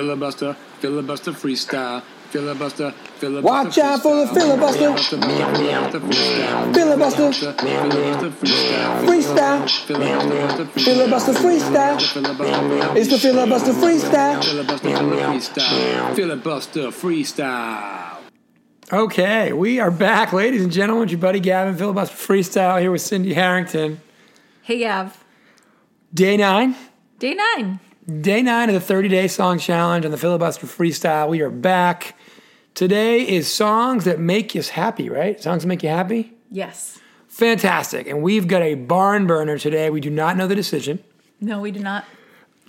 Filibuster, filibuster freestyle. Filibuster, filibuster. Watch out for the filibuster. Filibuster, freestyle. Filibuster. Filibuster, freestyle. Filibuster, Freestyle. Filibuster freestyle. Filibuster, It's the filibuster freestyle. filibuster, freestyle. Filibuster, freestyle. Okay, we are back, ladies and gentlemen. It's your buddy Gavin Filibuster Freestyle here with Cindy Harrington. Hey, Gav. Day nine, Day nine. day nine of the 30 day song challenge on the Filibuster Freestyle. We are back. Today is songs that make us happy, right? Songs that make you happy? Yes. Fantastic. And we've got a barn burner today. We do not know the decision. No, we do not.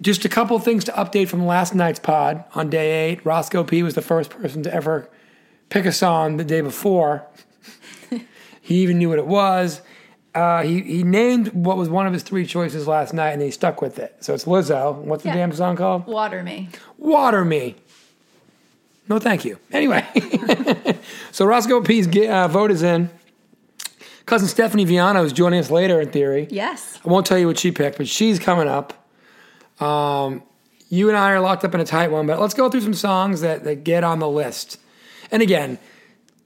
Just a couple things to update from last night's pod on day eight. Roscoe P was the first person to ever pick a song the day before. he even knew what it was. Uh, he, he named what was one of his three choices last night and he stuck with it. So it's Lizzo. What's Yeah. the damn song called? Water me. Water me. No, thank you. Anyway, so Roscoe P's ge- uh, vote is in. Cousin Stephanie Viano is joining us later in theory. Yes. I won't tell you what she picked, but she's coming up. Um, you and I are locked up in a tight one, but let's go through some songs that, that get on the list. And again,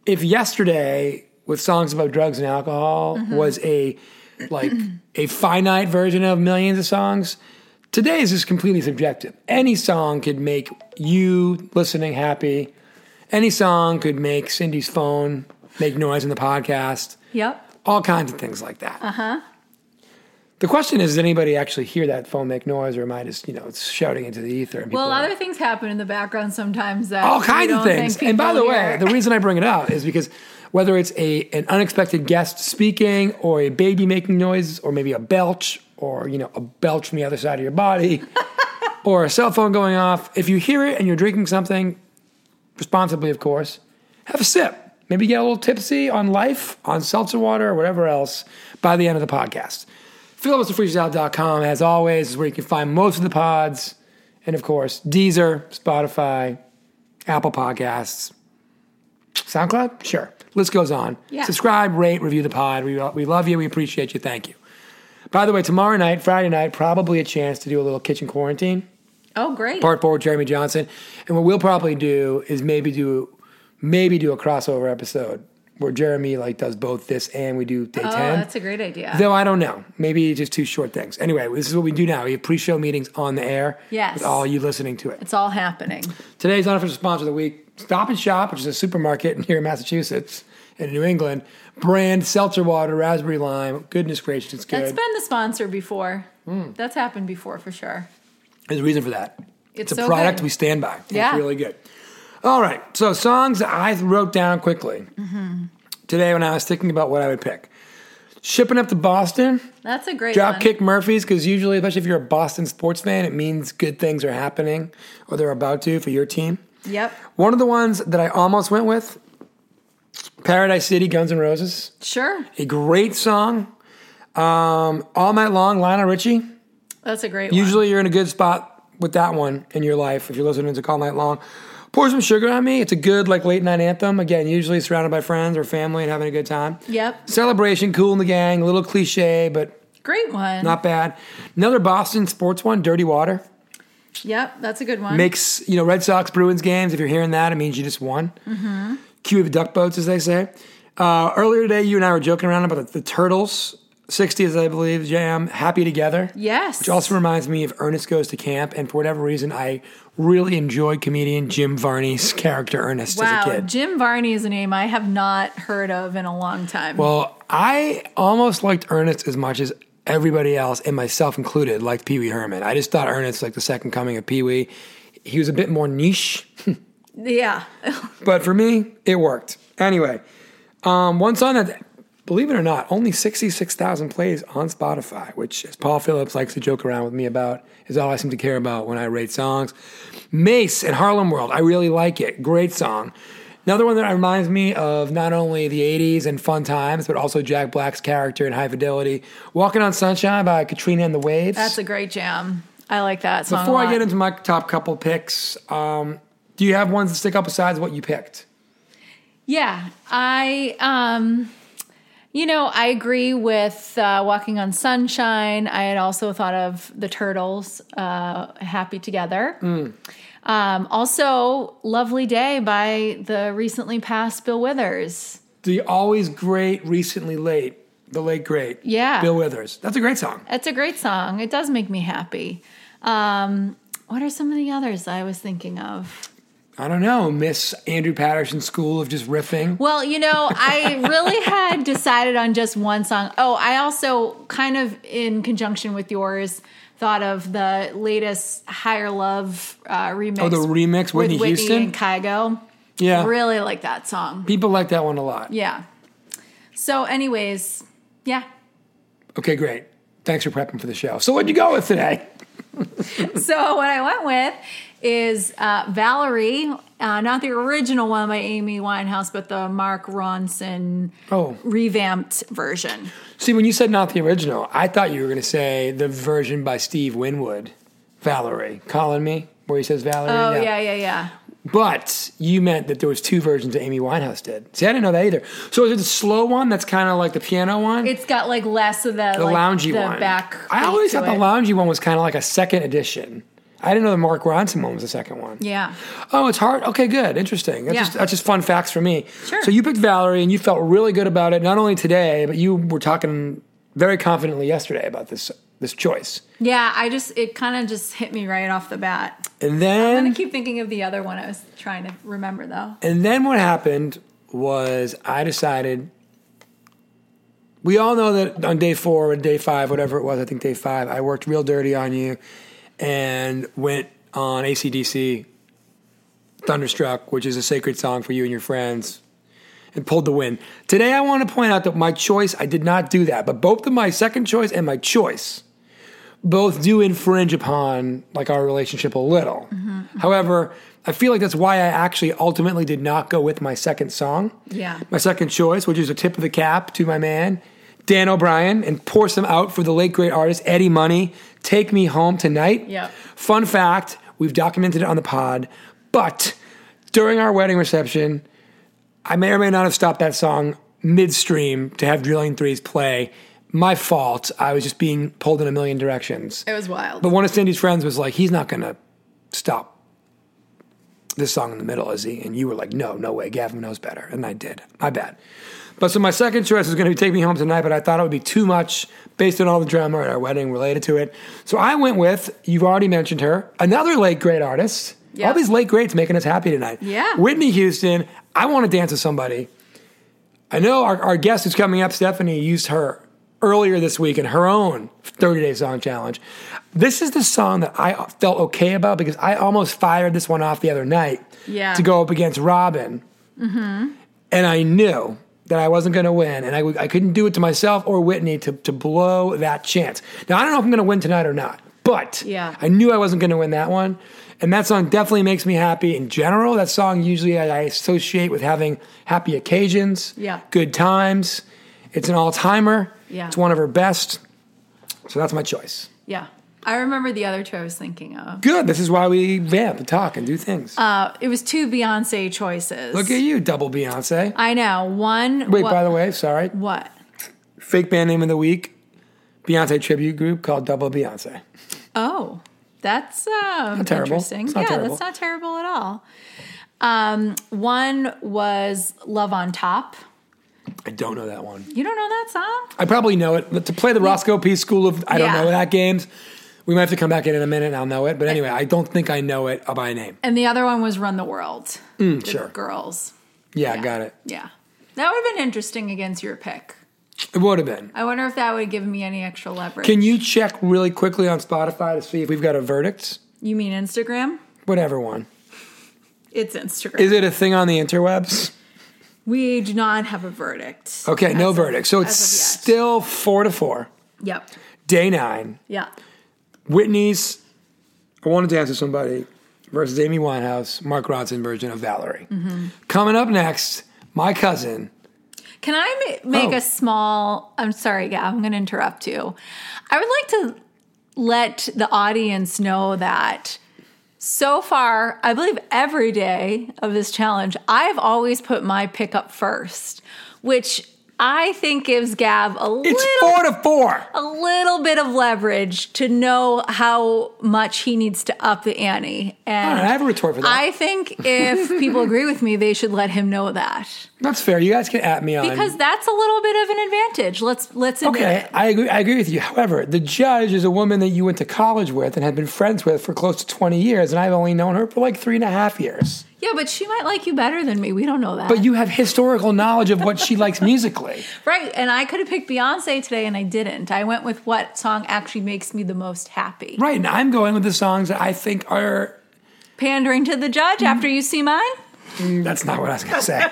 if yesterday with songs about drugs and alcohol was a like a finite version of millions of songs, today is just completely subjective. Any song could make you listening happy. Any song could make Cindy's phone make noise in the podcast Yep. all kinds of things like that. Uh huh. The question is, did anybody actually hear that phone make noise, or am I just you know shouting into the ether? And people Well, are- other things happen in the background sometimes that all we kinds of don't think things. And by the people way, hear. the reason I bring it up is because whether it's a an unexpected guest speaking, or a baby making noises, or maybe a belch, or you know a belch from the other side of your body, or a cell phone going off, if you hear it and you're drinking something, responsibly of course, have a sip. Maybe get a little tipsy on life, on seltzer water, or whatever else by the end of the podcast. Filibusterfreestyleout.com, as always, is where you can find most of the pods. And of course, Deezer, Spotify, Apple Podcasts, SoundCloud? Sure. List goes on. Yeah. Subscribe, rate, review the pod. We, we love you. We appreciate you. Thank you. By the way, tomorrow night, Friday night, probably a chance to do a little kitchen quarantine. oh great, Part four with Jeremy Johnson. And what we'll probably do is maybe do maybe do a crossover episode where Jeremy like does both this and we do day oh 10. that's a great idea. Though I don't know. Maybe just two short things. Anyway, this is what we do now. We have pre-show meetings on the air Yes. with all you listening to it. it's all happening. Today's unofficial sponsor of the week, Stop and Shop, which is a supermarket here in Massachusetts and in New England. Brand seltzer water, raspberry lime. Goodness gracious, it's That's good. been the sponsor before. Hmm. That's happened before for sure. There's a reason for that. It's, It's a so product good. we stand by. Yeah. It's really good. All right. So songs that I wrote down quickly Mm-hmm. today when I was thinking about what I would pick. Shipping up to Boston, That's a great one. Dropkick Murphys, because usually, especially if you're a Boston sports fan, it means good things are happening or they're about to for your team. Yep, One of the ones that I almost went with, Paradise City, Guns N' Roses. sure. A great song. Um, All Night Long, Lionel Richie. That's a great one. Usually you're in a good spot with that one in your life if you're listening to All Night Long. Pour some sugar on me. It's a good like late night anthem. Again, usually surrounded by friends or family and having a good time. Yep, Celebration, cool in the gang, a little cliche, but great one. not bad. Another Boston sports one, Dirty Water. yep, that's a good one. Makes, you know, Red Sox Bruins games. If you're hearing that, it means you just won. Cue of duck boats, as they say. Uh, earlier today, you and I were joking around about the, the Turtles, 60s, I believe, jam, Happy Together. yes, Which also reminds me of Ernest Goes to Camp, and for whatever reason, I really enjoyed comedian Jim Varney's character Ernest wow. as a kid. Jim Varney is a name I have not heard of in a long time. Well, I almost liked Ernest as much as everybody else, and myself included, liked Pee Wee Herman. I just thought Ernest like the second coming of Pee Wee. He was a bit more niche, yeah, but for me, it worked. Anyway, um, one song that, believe it or not, only 66,000 plays on Spotify, which, as Paul Phillips likes to joke around with me about, is all I seem to care about when I rate songs. Mace and Harlem World, I really like it. Great song. Another one that reminds me of not only the 80s and fun times, but also Jack Black's character in High Fidelity. Walking on Sunshine by Katrina and the Waves. that's a great jam. I like that song. a Before I lot. get into my top couple picks, um, do you have ones that stick out besides what you picked? Yeah, I um you know, I agree with uh, Walking on Mm. Sunshine. I had also thought of The Turtles, uh, Happy Together. Um, also, Lovely Day by the recently passed Bill Withers. The always great, recently late, the late great. Yeah. Bill Withers. That's a great song. That's a great song. It does make me happy. Um, what are some of the others I was thinking of? I don't know, Miss Andrew Patterson School of just riffing. Well, you know, I really had decided on just one song. Oh, I also kind of, in conjunction with yours, thought of the latest Higher Love uh, remix. Oh, the remix, Whitney with Whitney Houston? and Kygo. Yeah. Really like that song. People like that one a lot. Yeah. So, anyways, yeah. Okay, great. Thanks for prepping for the show. So what'd you go with today? So, what I went with is uh, Valerie, uh, not the original one by Amy Winehouse, but the Mark Ronson Oh. revamped version. See, when you said not the original, I thought you were going to say the version by Steve Winwood, Valerie, calling me, where he says Valerie. Oh, now. yeah, yeah, yeah. But you meant that there was two versions that Amy Winehouse did. See, I didn't know that either. So is it the slow one that's kind of like the piano one? It's got like less of the, the like, loungy the one. back. I always beat to thought the it. loungy one was kind of like a second edition. I didn't know the Mark Ronson one was the second one. Yeah. Oh, it's hard. Okay, good. Interesting. That's, Yeah. just, that's just fun facts for me. Sure. So you picked Valerie and you felt really good about it, not only today, but you were talking very confidently yesterday about this this choice. Yeah, I just, it kind of just hit me right off the bat. And I'm then going to keep thinking of the other one I was trying to remember though. and then what happened was I decided we all know that on day four or day five, whatever it was, I think day five, I worked real dirty on you and went on ACDC Thunderstruck, which is a sacred song for you and your friends, and pulled the win. Today, I want to point out that my choice, I did not do that, but both of my second choice and my choice both do infringe upon like our relationship a little. However, I feel like that's why I actually ultimately did not go with my second song. Yeah. My second choice, which is a tip of the cap to my man, Dan O'Brien, and pour some out for the late great artist Eddie Money. Take me home tonight. Yep. Fun fact, we've documented it on the pod, but during our wedding reception, I may or may not have stopped that song midstream to have Drilling Threes play. My fault. I was just being pulled in a million directions. It was wild. But one of Cindy's friends was like, he's not going to stop this song in the middle, is he? And you were like, no, no way. Gavin knows better. And I did. My bad. But so my second choice was going to be Take Me Home Tonight, but I thought it would be too much based on all the drama at our wedding related to it. So I went with, you've already mentioned her, another late great artist. Yeah. All these late greats making us happy tonight. Yeah. Whitney Houston, I want to dance with somebody. I know our, our guest who's coming up, Stephanie, used her earlier this week in her own 30 day song challenge. This is the song that I felt okay about because I almost fired this one off the other night Yeah. Mm-hmm. to go up against Robin. And I knew that I wasn't going to win, and I w- I couldn't do it to myself or Whitney to, to blow that chance. Now, I don't know if I'm going to win tonight or not, but Yeah. I knew I wasn't going to win that one. And that song definitely makes me happy in general. That song usually I, I associate with having happy occasions, Yeah. good times. It's an all timer, Yeah. it's one of her best. So that's my choice. yeah. I remember the other two I was thinking of. Good. This is why we vamp and talk and do things. Uh, it was two Beyonce choices. Look at you, double Beyonce. I know. One. Wait, what, by the way, sorry. What? fake band name of the week, Beyonce tribute group called Double Beyonce. Oh, that's um, Not terrible. interesting. It's not yeah, terrible. that's not terrible at all. Um, one was Love on Top. I don't know that one. You don't know that song? I probably know it, but to play the Roscoe P. School of I don't Yeah. know that games, we might have to come back in in a minute and I'll know it. But anyway, I don't think I know it by name. And the other one was Run the World. The Mm, sure. Girls. Yeah, I got it. Yeah. That would have been interesting against your pick. It would have been. I wonder if that would have given me any extra leverage. Can you check really quickly on Spotify to see if we've got a verdict? You mean Instagram? Whatever one. It's Instagram. Is it a thing on the interwebs? we do not have a verdict. Okay, As no of- verdict. So it's as of yet. still four to four. Yep. Day nine. Yeah. Whitney's I Want to Dance with Somebody versus Amy Winehouse, Mark Ronson version of Valerie. Mm-hmm. Coming up next, my cousin. Can I ma- make Oh. a small? I'm sorry, Gab. I'm going to interrupt you. I would like to let the audience know that so far, I believe every day of this challenge, I've always put my pick up first, which I think gives Gav a It's little four to four. a little bit of leverage to know how much he needs to up the ante. And All right, I have a retort for that. I think if people agree with me, they should let him know that That's fair. You guys can at me on because that's a little bit of an advantage. Let's let's admit Okay, it. I agree. I agree with you. However, the judge is a woman that you went to college with and had been friends with for close to twenty years, and I've only known her for like three and a half years. Yeah, but she might like you better than me. We don't know that, But you have historical knowledge of what she likes musically. right? And I could have picked Beyonce today, and I didn't. I went with what song actually makes me the most happy. Right, and I'm going with the songs that I think are. Pandering to the judge Mm-hmm. after you see mine. That's not what I was going to say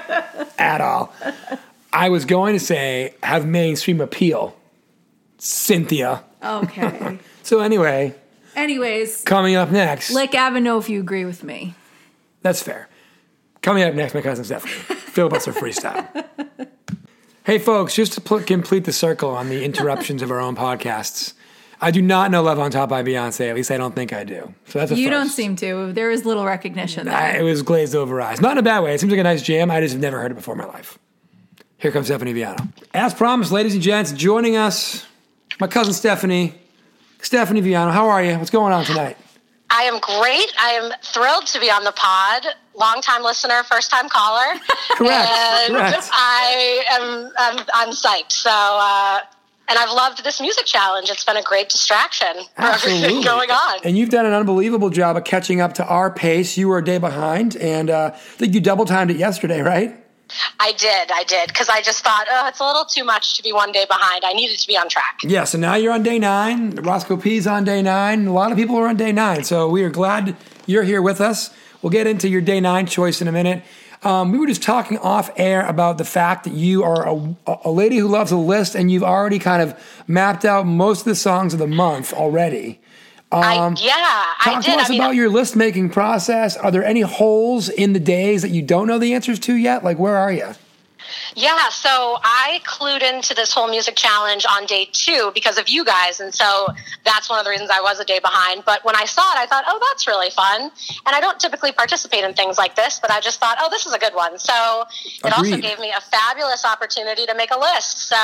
at all. I was going to say have mainstream appeal, Cynthia. Okay. So anyway, Anyways, coming up next, let Gavin know if you agree with me. that's fair. Coming up next, my cousin Stephanie, filibuster freestyle. Hey, folks, just to pl- complete the circle on the interruptions of our own podcasts, I do not know "Love on Top" by Beyonce. At least I don't think I do. So that's a You do don't first. seem to. There is little recognition. there. I, it was glazed over eyes. Not in a bad way. It seems like a nice jam. I just have never heard it before in my life. Here comes Stephanie Viano. As promised, ladies and gents, joining us, my cousin Stephanie. Stephanie Viano, how are you? What's going on tonight? I am great. I am thrilled to be on the pod. Long time listener, first time caller. Correct. And Correct. I am I'm, I'm psyched. So, uh, and I've loved this music challenge. It's been a great distraction for everything Absolutely. going on. And you've done an unbelievable job of catching up to our pace. You were a day behind, and uh, I think you double timed it yesterday, right? I did, I did, because I just thought, oh, it's a little too much to be one day behind. I needed to be on track. Yeah, so now you're on day nine. Roscoe P's on day nine. A lot of people are on day nine. So we are glad you're here with us. We'll get into your day nine choice in a minute. Um, we were just talking off air about the fact that you are a, a lady who loves a list and you've already kind of mapped out most of the songs of the month already. I, yeah, I Talk did. to us I mean, about your list making process. Are there any holes in the days that you don't know the answers to yet? Like, where are you? Yeah, so I clued into this whole music challenge on day two because of you guys. And so that's one of the reasons I was a day behind. But when I saw it, I thought, oh, that's really fun. And I don't typically participate in things like this, but I just thought, oh, this is a good one. So it also Agreed. gave me a fabulous opportunity to make a list. So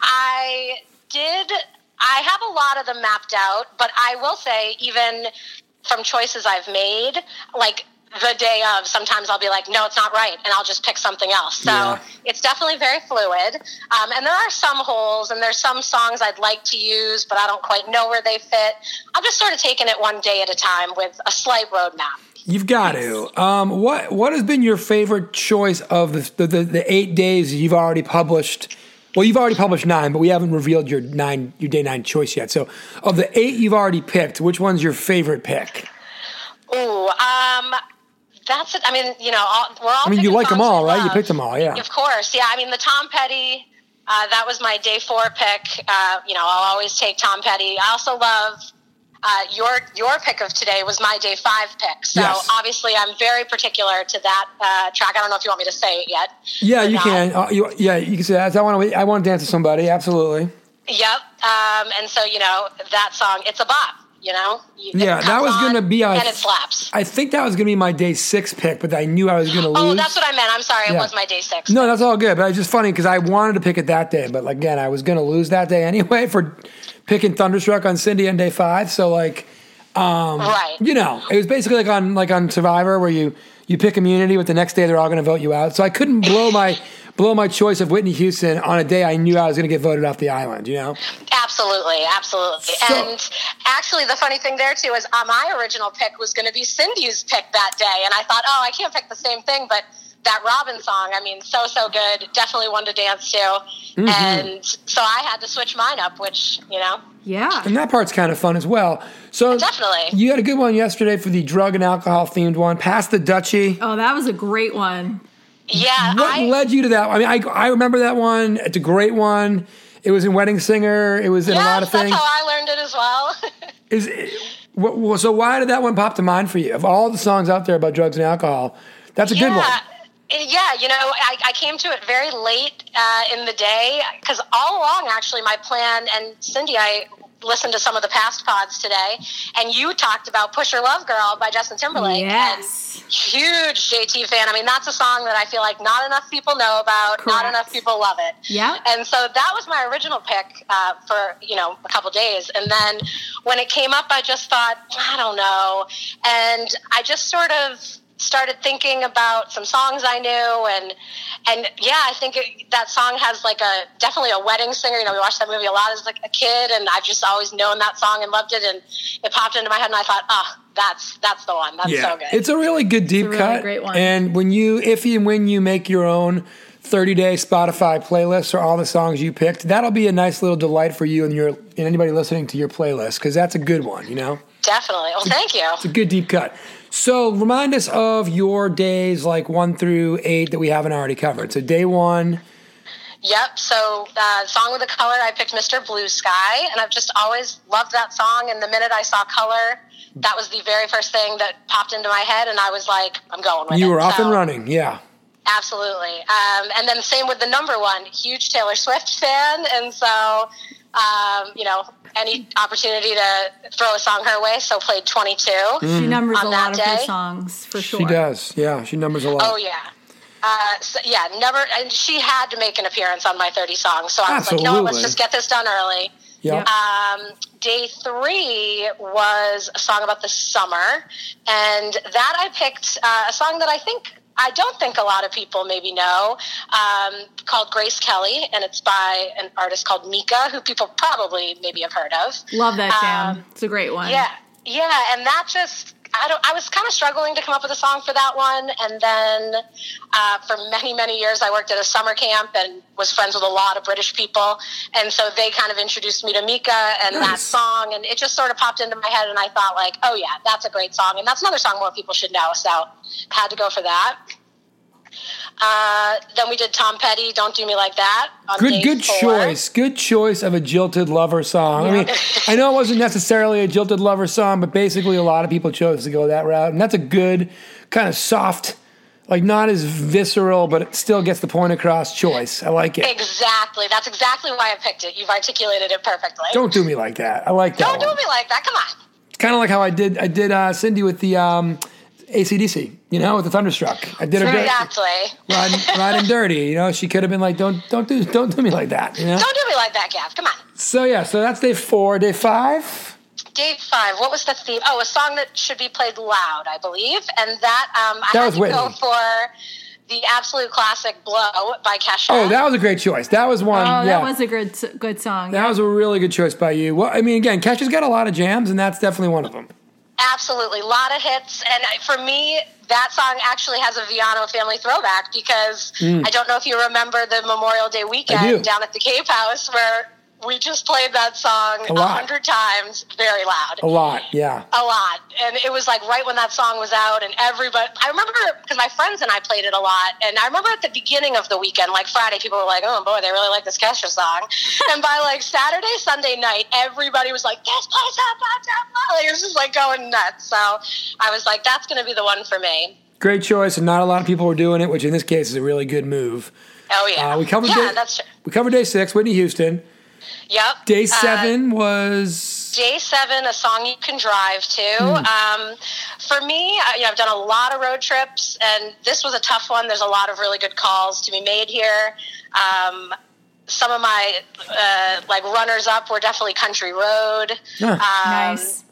I did, I have a lot of them mapped out, but I will say, even from choices I've made, like, the day of, sometimes I'll be like, no, it's not right. And I'll just pick something else. So Yeah. it's definitely very fluid. Um, and there are some holes, and there's some songs I'd like to use, but I don't quite know where they fit. I'm just sort of taking it one day at a time with a slight roadmap. You've got to. Um, what What has been your favorite choice of the, the, the, the eight days you've already published? Well, you've already published nine, but we haven't revealed your nine your day nine choice yet. So, of the eight you've already picked, which one's your favorite pick? Ooh, um, that's it. I mean, you know, all, we're all. I mean, you picking like them songs all, we right? You love. picked them all, yeah. Of course, yeah. I mean, the Tom Petty. Uh, that was my day four pick. Uh, you know, I'll always take Tom Petty. I also love uh, your your pick of today was my day five pick. So Yes. obviously, I'm very particular to that uh, track. I don't know if you want me to say it yet. Yeah, or you not. can. Uh, you, yeah, you can say that. I want to. I want to dance with somebody. Absolutely. Yep. Um, and so you know that song, it's a bop. You know. You- it Yeah, that comes was on gonna be uh, our- and it slaps. I think that was going to be my day six pick, but I knew I was going to Oh, lose. that's what I meant. I'm sorry. Yeah. It was my day six. No, that's all good. But it's just funny because I wanted to pick it that day, but like, again, I was going to lose that day anyway for picking Thunderstruck on Cindy on day five. So like, right. you know, it was basically like on like on Survivor where you you pick immunity, but the next day they're all going to vote you out. So I couldn't blow my blow my choice of Whitney Houston on a day I knew I was going to get voted off the island. You know, Absolutely, absolutely. So- and actually, the funny thing there too is uh, my original pick was going to be Cindy's pick that day, and I thought, oh, I can't pick the same thing, but that Robin song, I mean, so so good, definitely one to dance to, Mm-hmm. and so I had to switch mine up, which you know, Yeah. and that part's kind of fun as well. So Definitely. you had a good one yesterday for the drug and alcohol themed one. Pass the Dutchie. Oh, that was a great one. yeah, What I, led you to that? I mean, I, I remember that one. It's a great one. It was in Wedding Singer. It was in a lot of yes, that's things. how I learned it as well. Is what, what- so why did that one pop to mind for you? Of all the songs out there about drugs and alcohol, that's a good one. Uh, Yeah, you know, I, I came to it very late uh, in the day because all along, actually, my plan and Cindy, I listened to some of the past pods today, and you talked about "Push Your Love Girl" by Justin Timberlake. Yes. And huge JT fan. I mean, that's a song that I feel like not enough people know about. Correct. Not enough people love it. Yeah. And so that was my original pick uh, for you know a couple days, and then when it came up, I just thought I don't know, and I just sort of started thinking about some songs I knew, and and yeah, I think it, that song has like a definitely a wedding singer. You know, we watched that movie a lot as like a kid, and I've just always known that song and loved it, and it popped into my head, and I thought, ah, that's that's the one. That's so good. It's a really good deep really cut. great one. And when you, if and when you make your own 30 day Spotify playlist for all the songs you picked, that'll be a nice little delight for you and your and anybody listening to your playlist because that's a good one, you know? definitely. Well, thank you. It's a good deep cut. So remind us of your days like one through eight that we haven't already covered. So day one, Yep. So, uh, song with the color, I picked Mr. Blue Sky, and I've just always loved that song. And the minute I saw color, that was the very first thing that popped into my head, and I was like, I'm going with it. you were off So, and running. Yeah. Absolutely. Um, and then same with the number one, huge Taylor Swift fan, and so um, you know any opportunity to throw a song her way, so played 22. Mm-hmm. She numbers On a that lot of her day? songs for sure. She does. Yeah. She numbers a lot. Oh yeah. Uh, so, yeah, never, and she had to make an appearance on my 30 song. So I was like, you know what, Absolutely. let's just get this done early. yeah. Um, day three was a song about the summer, and that I picked uh, a song that I think I don't think a lot of people maybe know um, called Grace Kelly, and it's by an artist called Mika, who people probably maybe have heard of. Love that jam. Um, it's a great one. Yeah, yeah, and that just I don't. I was kind of struggling to come up with a song for that one, and then uh, for many many years I worked at a summer camp and was friends with a lot of British people, and so they kind of introduced me to Mika and that Nice. song, and it just sort of popped into my head, and I thought like, oh yeah, that's a great song, and that's another song more people should know, so had to go for that. Uh, then we did Tom Petty, "Don't Do Me Like That." On Good, day good four. choice. Good choice of a jilted lover song. I mean, I know it wasn't necessarily a jilted lover song, but basically a lot of people chose to go that route, and that's a good kind of soft, like not as visceral, but it still gets the point across. Choice. I like it. Exactly. That's exactly why I picked it. You've articulated it perfectly. Don't do me like that. I like that. Don't do one. me like that. Come on. It's kind of like how I did. I did uh, Cindy with the um, ACDC. You know, with the thunderstruck. I did a good Exactly. riding, riding dirty. You know, she could have been like, don't, don't do, don't do me like that. You know. Don't do me like that, Gav. Come on. So yeah. So that's day four. Day five. Day five. What was the theme? Oh, a song that should be played loud, I believe. And that um, I That had was to go Whitney. for the absolute classic "Blow" by Kesha. Oh, that was a great choice. That was one. Oh, yeah. that was a good good song. That was a really good choice by you. Well, I mean, again, Kesha's got a lot of jams, and that's definitely one of them. Absolutely. A lot of hits. And I- for me, that song actually has a Viano family throwback because I don't know if you remember the Memorial Day Mm. do. weekend down at the Cave House where we just played that song A lot. hundred times very loud. A lot, yeah. a lot and it was like right when that song was out and everybody i remember because my friends and i played it a lot and i remember at the beginning of the weekend like friday people were like oh boy they really like this kesha song and by like saturday sunday night everybody was like this plays up up, up, up." Like, it was just like going nuts so i was like that's going to be the one for me Great choice, and not a lot of people were doing it, which in this case is a really good move. oh yeah Uh, we covered yeah day, that's true we covered day six, Whitney Houston. yep Day Uh, seven was Day seven, a song you can drive to. Hmm. Um, for me, I, you know, I've done a lot of road trips, and this was a tough one. There's a lot of really good calls to be made here. Um, some of my uh, like runners up were definitely Country Road, Um, Huh. Um, nice.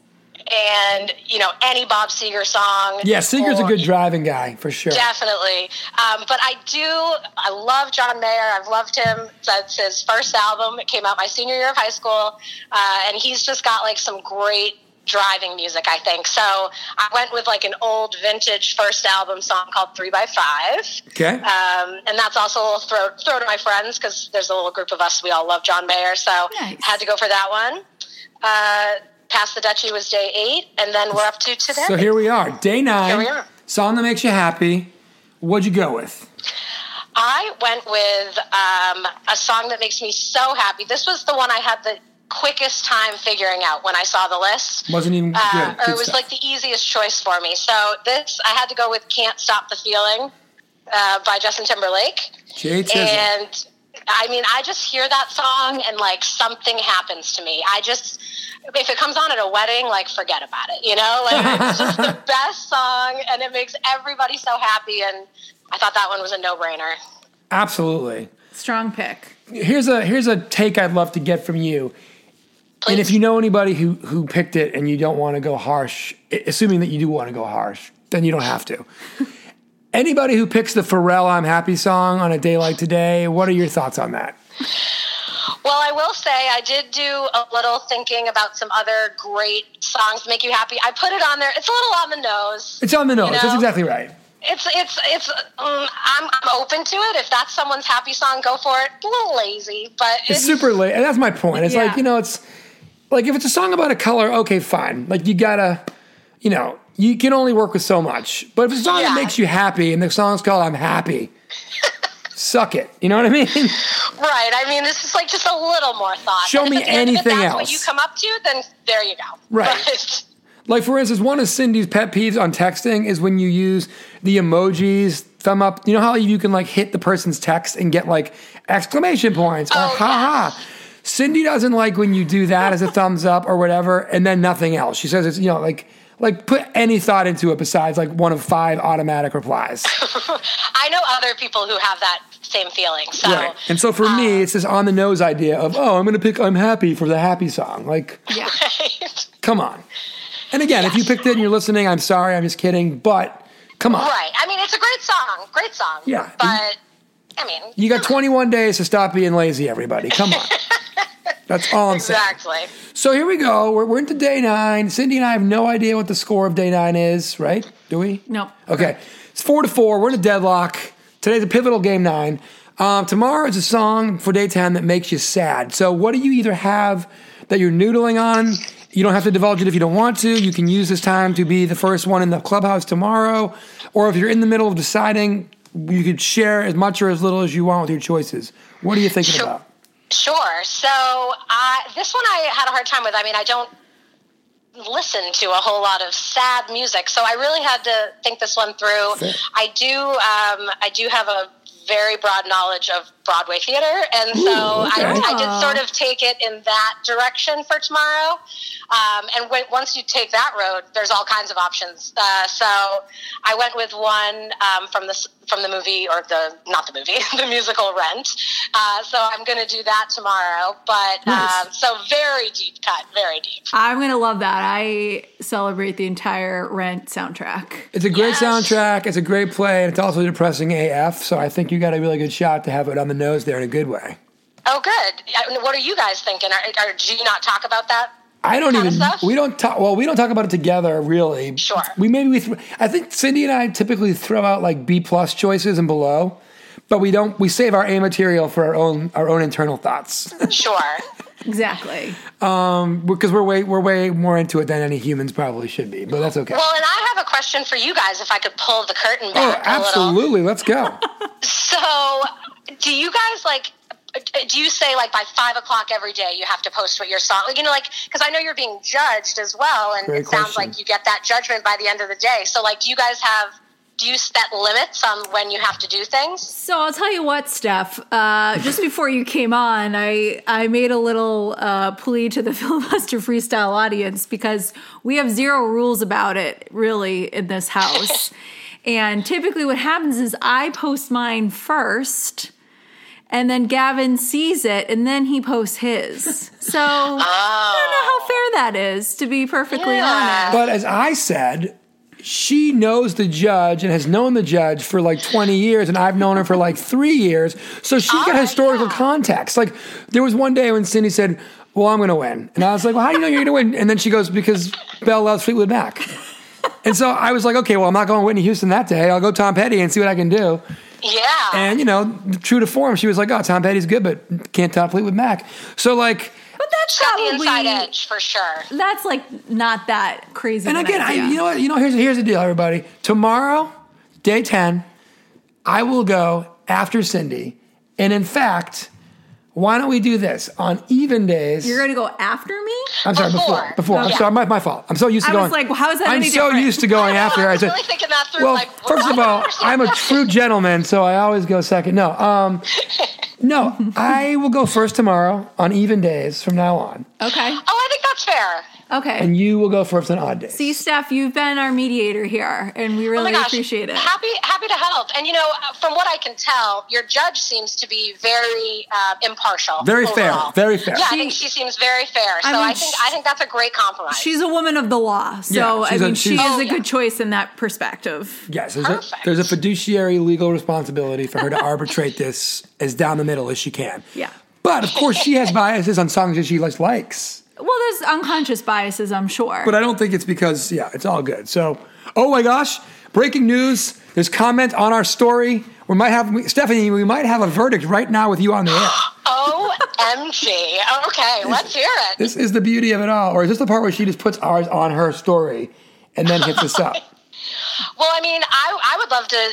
and you know any Bob Seger song. yeah, Seeger's a or- good driving guy for sure. Definitely. Um, but I do, I love John Mayer. I've loved him since his first album. It came out my senior year of high school. Uh, and he's just got like some great driving music, I think. So I went with like an old vintage first album song called Three by Five. Okay, Um, and that's also a little throw, throw to my friends because there's a little group of us. We all love John Mayer. So Nice. had to go for that one. Uh, Past the Duchy was day eight. And then we're up to today. so here we are, day nine. Here we are. Song that makes you happy. What'd you go with? I went with um, a song that makes me so happy. This was the one I had the quickest time figuring out when I saw the list. Wasn't even Uh, good. or Good it was stuff. like the easiest choice for me. So this, I had to go with "Can't Stop the Feeling" uh, by Justin Timberlake, Jay Chisholm. and I mean, I just hear that song and like something happens to me. I just, if it comes on at a wedding, like forget about it, you know? Like it's just the best song and it makes everybody so happy. And I thought that one was a no brainer. Absolutely. Strong pick. Here's a here's a take I'd love to get from you. And if you know anybody who who picked it and you don't want to go harsh, i- assuming that you do want to go harsh, then you don't have to. anybody who picks the Pharrell "I'm Happy" song on a day like today, what are your thoughts on that? Well, I will say I did do a little thinking about some other great songs to make you happy. I put it on there. It's a little on the nose. It's on the nose. That's know? exactly right. It's it's it's. Um, I'm I'm open to it. If that's someone's happy song, go for it. A little lazy, but It's, super late, and that's my point. It's like Yeah. you know, it's like if it's a song about a color, okay, fine. Like you gotta, you know, you can only work with so much. But if it's a song that Yeah. makes you happy, and the song's called "I'm Happy," suck it. You know what I mean? Right. I mean, this is like just a little more thought. Show And me if at the end of it, anything that's else. What you come up to, then there you go. Right. But- Like for instance, one of Cindy's pet peeves on texting is when you use the emojis, thumb up. You know how you can like hit the person's text and get like exclamation points or Oh, ha ha. Cindy doesn't like when you do that as a thumbs up or whatever, and then nothing else. She says it's you know like like put any thought into it besides like one of five automatic replies. I know other people who have that same feeling. So Right. And so for me, it's this on the nose idea of oh, I'm gonna pick I'm happy for the happy song. Like Yeah. come on. And again, if you picked it and you're listening, I'm sorry, I'm just kidding, but come on. right. I mean, it's a great song. Great song. Yeah. But I mean, You got 21 days to stop being lazy, everybody. Come on. That's all I'm saying. exactly. So here we go. We're, we're into day nine. Cindy and I have no idea what the score of day nine is, right? Do we? No. Okay. It's four to four. We're in a deadlock. Today's a pivotal game nine. Um, tomorrow is a song for day 10 that makes you sad. So what do you either have that you're noodling on? You don't have to divulge it if you don't want to. You can use this time to be the first one in the clubhouse tomorrow. Or if you're in the middle of deciding, you could share as much or as little as you want with your choices. What are you thinking Sure. about? Sure. So uh, this one I had a hard time with. I mean, I don't listen to a whole lot of sad music, so I really had to think this one through. Fair. I do. Um, I do have a very broad knowledge of Broadway theater, and so I, okay. I did sort of take it in that direction for tomorrow. Um, and when, once you take that road, there's all kinds of options. Uh, so I went with one um, from the s- from the movie or the not the movie, the musical Rent. Uh, so I'm going to do that tomorrow. But Nice. um, so very deep cut, very deep. I'm going to love that. I celebrate the entire Rent soundtrack. It's a great Yes. soundtrack. It's a great play, and it's also depressing AF. So I think you got a really good shot to have it on the nose there in a good way. Oh, good. Uh, What are you guys thinking? Are, are, do you not talk about that? I don't Kinda even. stuff? We don't talk. Well, we don't talk about it together, really. Sure. We maybe we. Th- I think Cindy and I typically throw out like B plus choices and below, but we don't. We save our A material for our own our own internal thoughts Sure. Exactly. because we're way we're way more into it than any humans probably should be. But that's okay. well, and I have a question for you guys. If I could pull the curtain oh, back a little. absolutely. Let's go. So, do you guys like? Do you say like by five o'clock every day you have to post what your song? Like you know, like because I know you're being judged as well, and Great it sounds question. like you get that judgment by the end of the day. So, like, do you guys have? Do you set limits on when you have to do things? So I'll tell you what, Steph. Uh, just before you came on, I I made a little uh, plea to the filibuster freestyle audience because we have zero rules about it really in this house. and typically, what happens is I post mine first, and then Gavin sees it, and then he posts his. So Ah. I don't know how fair that is, to be perfectly Yeah. honest. But as I said, she knows the judge and has known the judge for like 20 years, and I've known her for like three years. So she's got right, historical context. Like, there was one day when Cindy said, Well, I'm going to win. And I was like, Well, how do you know you're going to win? And then she goes, Because Belle loves Fleetwood Mac. And so I was like, Okay, well, I'm not going Whitney Houston that day. I'll go Tom Petty and see what I can do. Yeah. And, you know, true to form, she was like, Oh, Tom Petty's good, but can't top Fleetwood Mac. So, like, But that's Got the inside probably edge for sure. that's like not that crazy. And of an again, I, idea. you know what? You know, here's here's the deal, everybody. Tomorrow, day ten, I will go after Cindy. And in fact, why don't we do this on even days? You're gonna go after me? I'm sorry, before, before. Before. I'm Okay. sorry, my, my fault. I'm so used to I going. was like, well, how is that I'm any so different? used to going after. I I was said, really thinking that through. well, like, first of all, I'm a true gentleman, so I always go second. No, um, No, I will go first tomorrow on even days from now on, Okay. Oh, I think that's fair. Okay. and you will go first on odd days. See, Steph, you've been our mediator here, and we Oh really my gosh. appreciate it. Happy, happy to help. And you know, uh, from what I can tell, your judge seems to be very uh, impartial. Very fair, overall. very fair. Yeah, I She- think she seems very fair. So I, I mean, think sh- I think that's a great compromise. She's a woman of the law, so Yeah, I she's a- mean, she she's- is Oh, a yeah. good choice in that perspective. Yes, there's a, Perfect. there's a fiduciary legal responsibility for her to arbitrate this as down the middle as she can. Yeah. But of course, she has biases on songs that she likes. likes. Well, there's unconscious biases, I'm sure. But I don't think it's because, yeah, it's all good. So, oh my gosh, breaking news. There's comment on our story. We might have, we- Stephanie, we might have a verdict right now with you on the air. Omg. Okay, let's hear it. This is the beauty of it all. Or is this the part where she just puts ours on her story and then hits us up? Well, I mean, I I would love to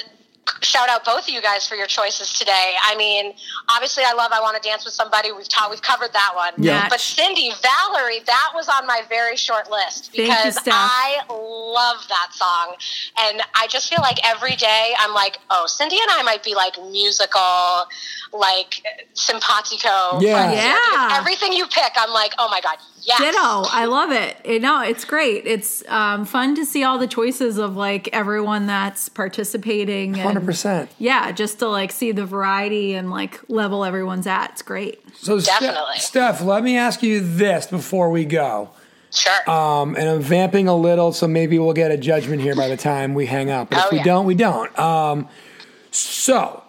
shout out both of you guys for your choices today. I mean, obviously, I love "I Want to Dance with Somebody." We've taught, we've covered that one. Yeah. But Cindy, Valerie, that was on my very short list you, because Steph. I love that song, and I just feel like every day I'm like, oh, Cindy and I might be like musical, like simpatico. Yeah. friends. Yeah. Everything you pick, I'm like, oh my god, yes. Ditto. I love it. You know, it's great. It's um, fun to see all the choices of like everyone that's participating. and- 100%. Yeah, just to like see the variety and like level everyone's at. It's great. So, Ste- Definitely. Steph, let me ask you this before we go. Sure. Um, and I'm vamping a little, so maybe we'll get a judgment here by the time we hang up. But Oh, if we yeah. don't, we don't. Um, so,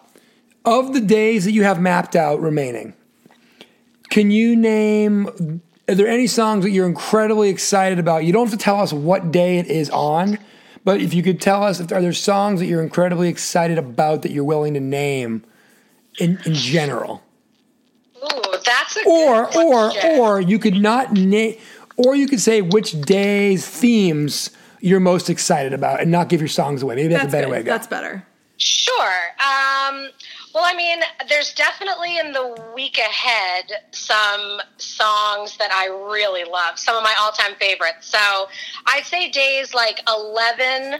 of the days that you have mapped out remaining, can you name? Are there any songs that you're incredibly excited about? You don't have to tell us what day it is on, but if you could tell us, if are there songs that you're incredibly excited about that you're willing to name in, in general? Ooh, that's a or good or question. or you could not name or you could say which days themes you're most excited about and not give your songs away maybe that's, a better good. way to go That's better. Sure. Um, well, I mean, there's definitely in the week ahead some songs that I really love, some of my all time favorites. So I'd say days like 11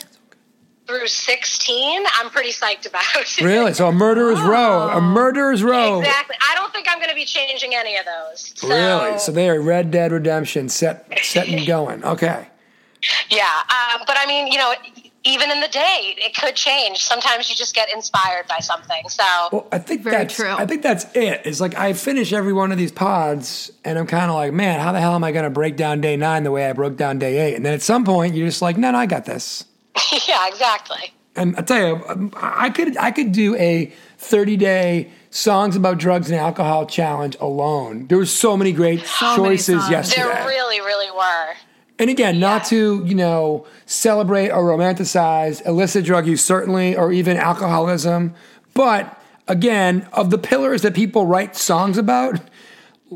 through 16, I'm pretty psyched about. really Oh. so a murderer's row a murderer's row exactly. I don't think I'm going to be changing any of those. So, really so they are red dead redemption set set and going okay yeah. Um, but I mean, you know, even in the day, it could change. Sometimes you just get inspired by something. So. well i think Very that's true. i think that's it it's like i finish every one of these pods and i'm kind of like man how the hell am i going to break down day nine the way i broke down day eight and then at some point you're just like no no i got this yeah, exactly. and I tell you, um, I could I could do a thirty day songs about drugs and alcohol challenge alone. There were so many great many choices songs. yesterday. There really, really were. and again, not to you know celebrate or romanticize illicit drug use, certainly, or even alcoholism, but again, of the pillars that people write songs about.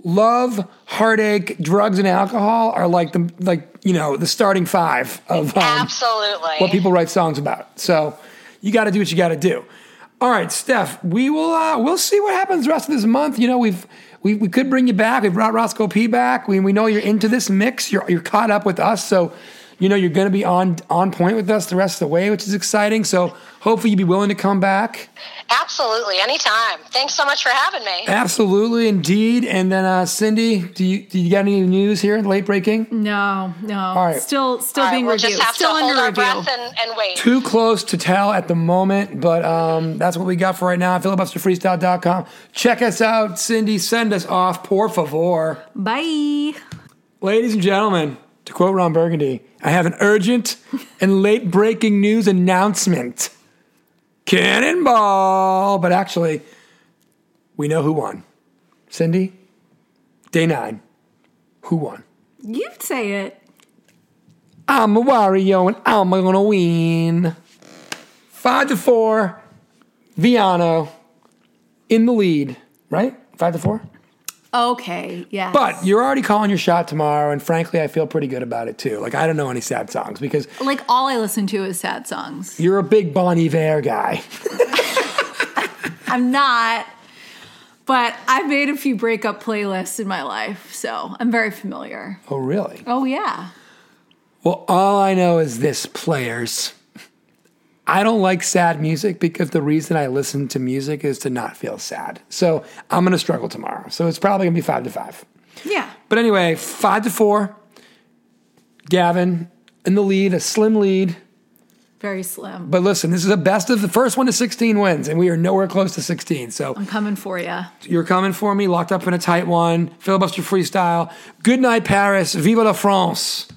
Love, heartache, drugs, and alcohol are like the like you know the starting five of um, Absolutely. what people write songs about. So you got to do what you got to do. All right, Steph, we will uh, we'll see what happens the rest of this month. You know, we've we, we could bring you back. We've brought Roscoe P back. We, we know you're into this mix. You're you're caught up with us, so you know you're going to be on on point with us the rest of the way, which is exciting. So hopefully you'll be willing to come back. Absolutely, anytime. Thanks so much for having me. Absolutely, indeed. And then uh, Cindy, do you do you got any news here? Late breaking? No, no. right. Still, still All right, being we'll reviewed. just have Still to hold under our review. breath and, and wait. Too close to tell at the moment, but um, that's what we got for right now. Filibusterfreestyle.com. Check us out, Cindy. Send us off, por favor. Bye. Ladies and gentlemen, to quote Ron Burgundy, I have an urgent and late breaking news announcement. Cannonball! But actually, we know who won. Cindy, day nine. Who won? You say it. I'm a Wario and I'm gonna win. Five to four, Viano in the lead, right? Five to four? Okay. Yeah. But you're already calling your shot tomorrow, and frankly, I feel pretty good about it too. Like, I don't know any sad songs because like all I listen to is sad songs. you're a big Bon Iver guy. I'm not. But I've made a few breakup playlists in my life, so I'm very familiar. Oh, really? Oh yeah. Well, all I know is this, players. I don't like sad music because the reason I listen to music is to not feel sad. So I'm going to struggle tomorrow. So it's probably going to be five to five. Yeah. But anyway, five to four. Gavin in the lead, a slim lead. Very slim. But listen, this is a best of the first one to 16 wins, and we are nowhere close to 16. So I'm coming for you. you're coming for me, locked up in a tight one, filibuster freestyle. Good night, Paris. Vive la France.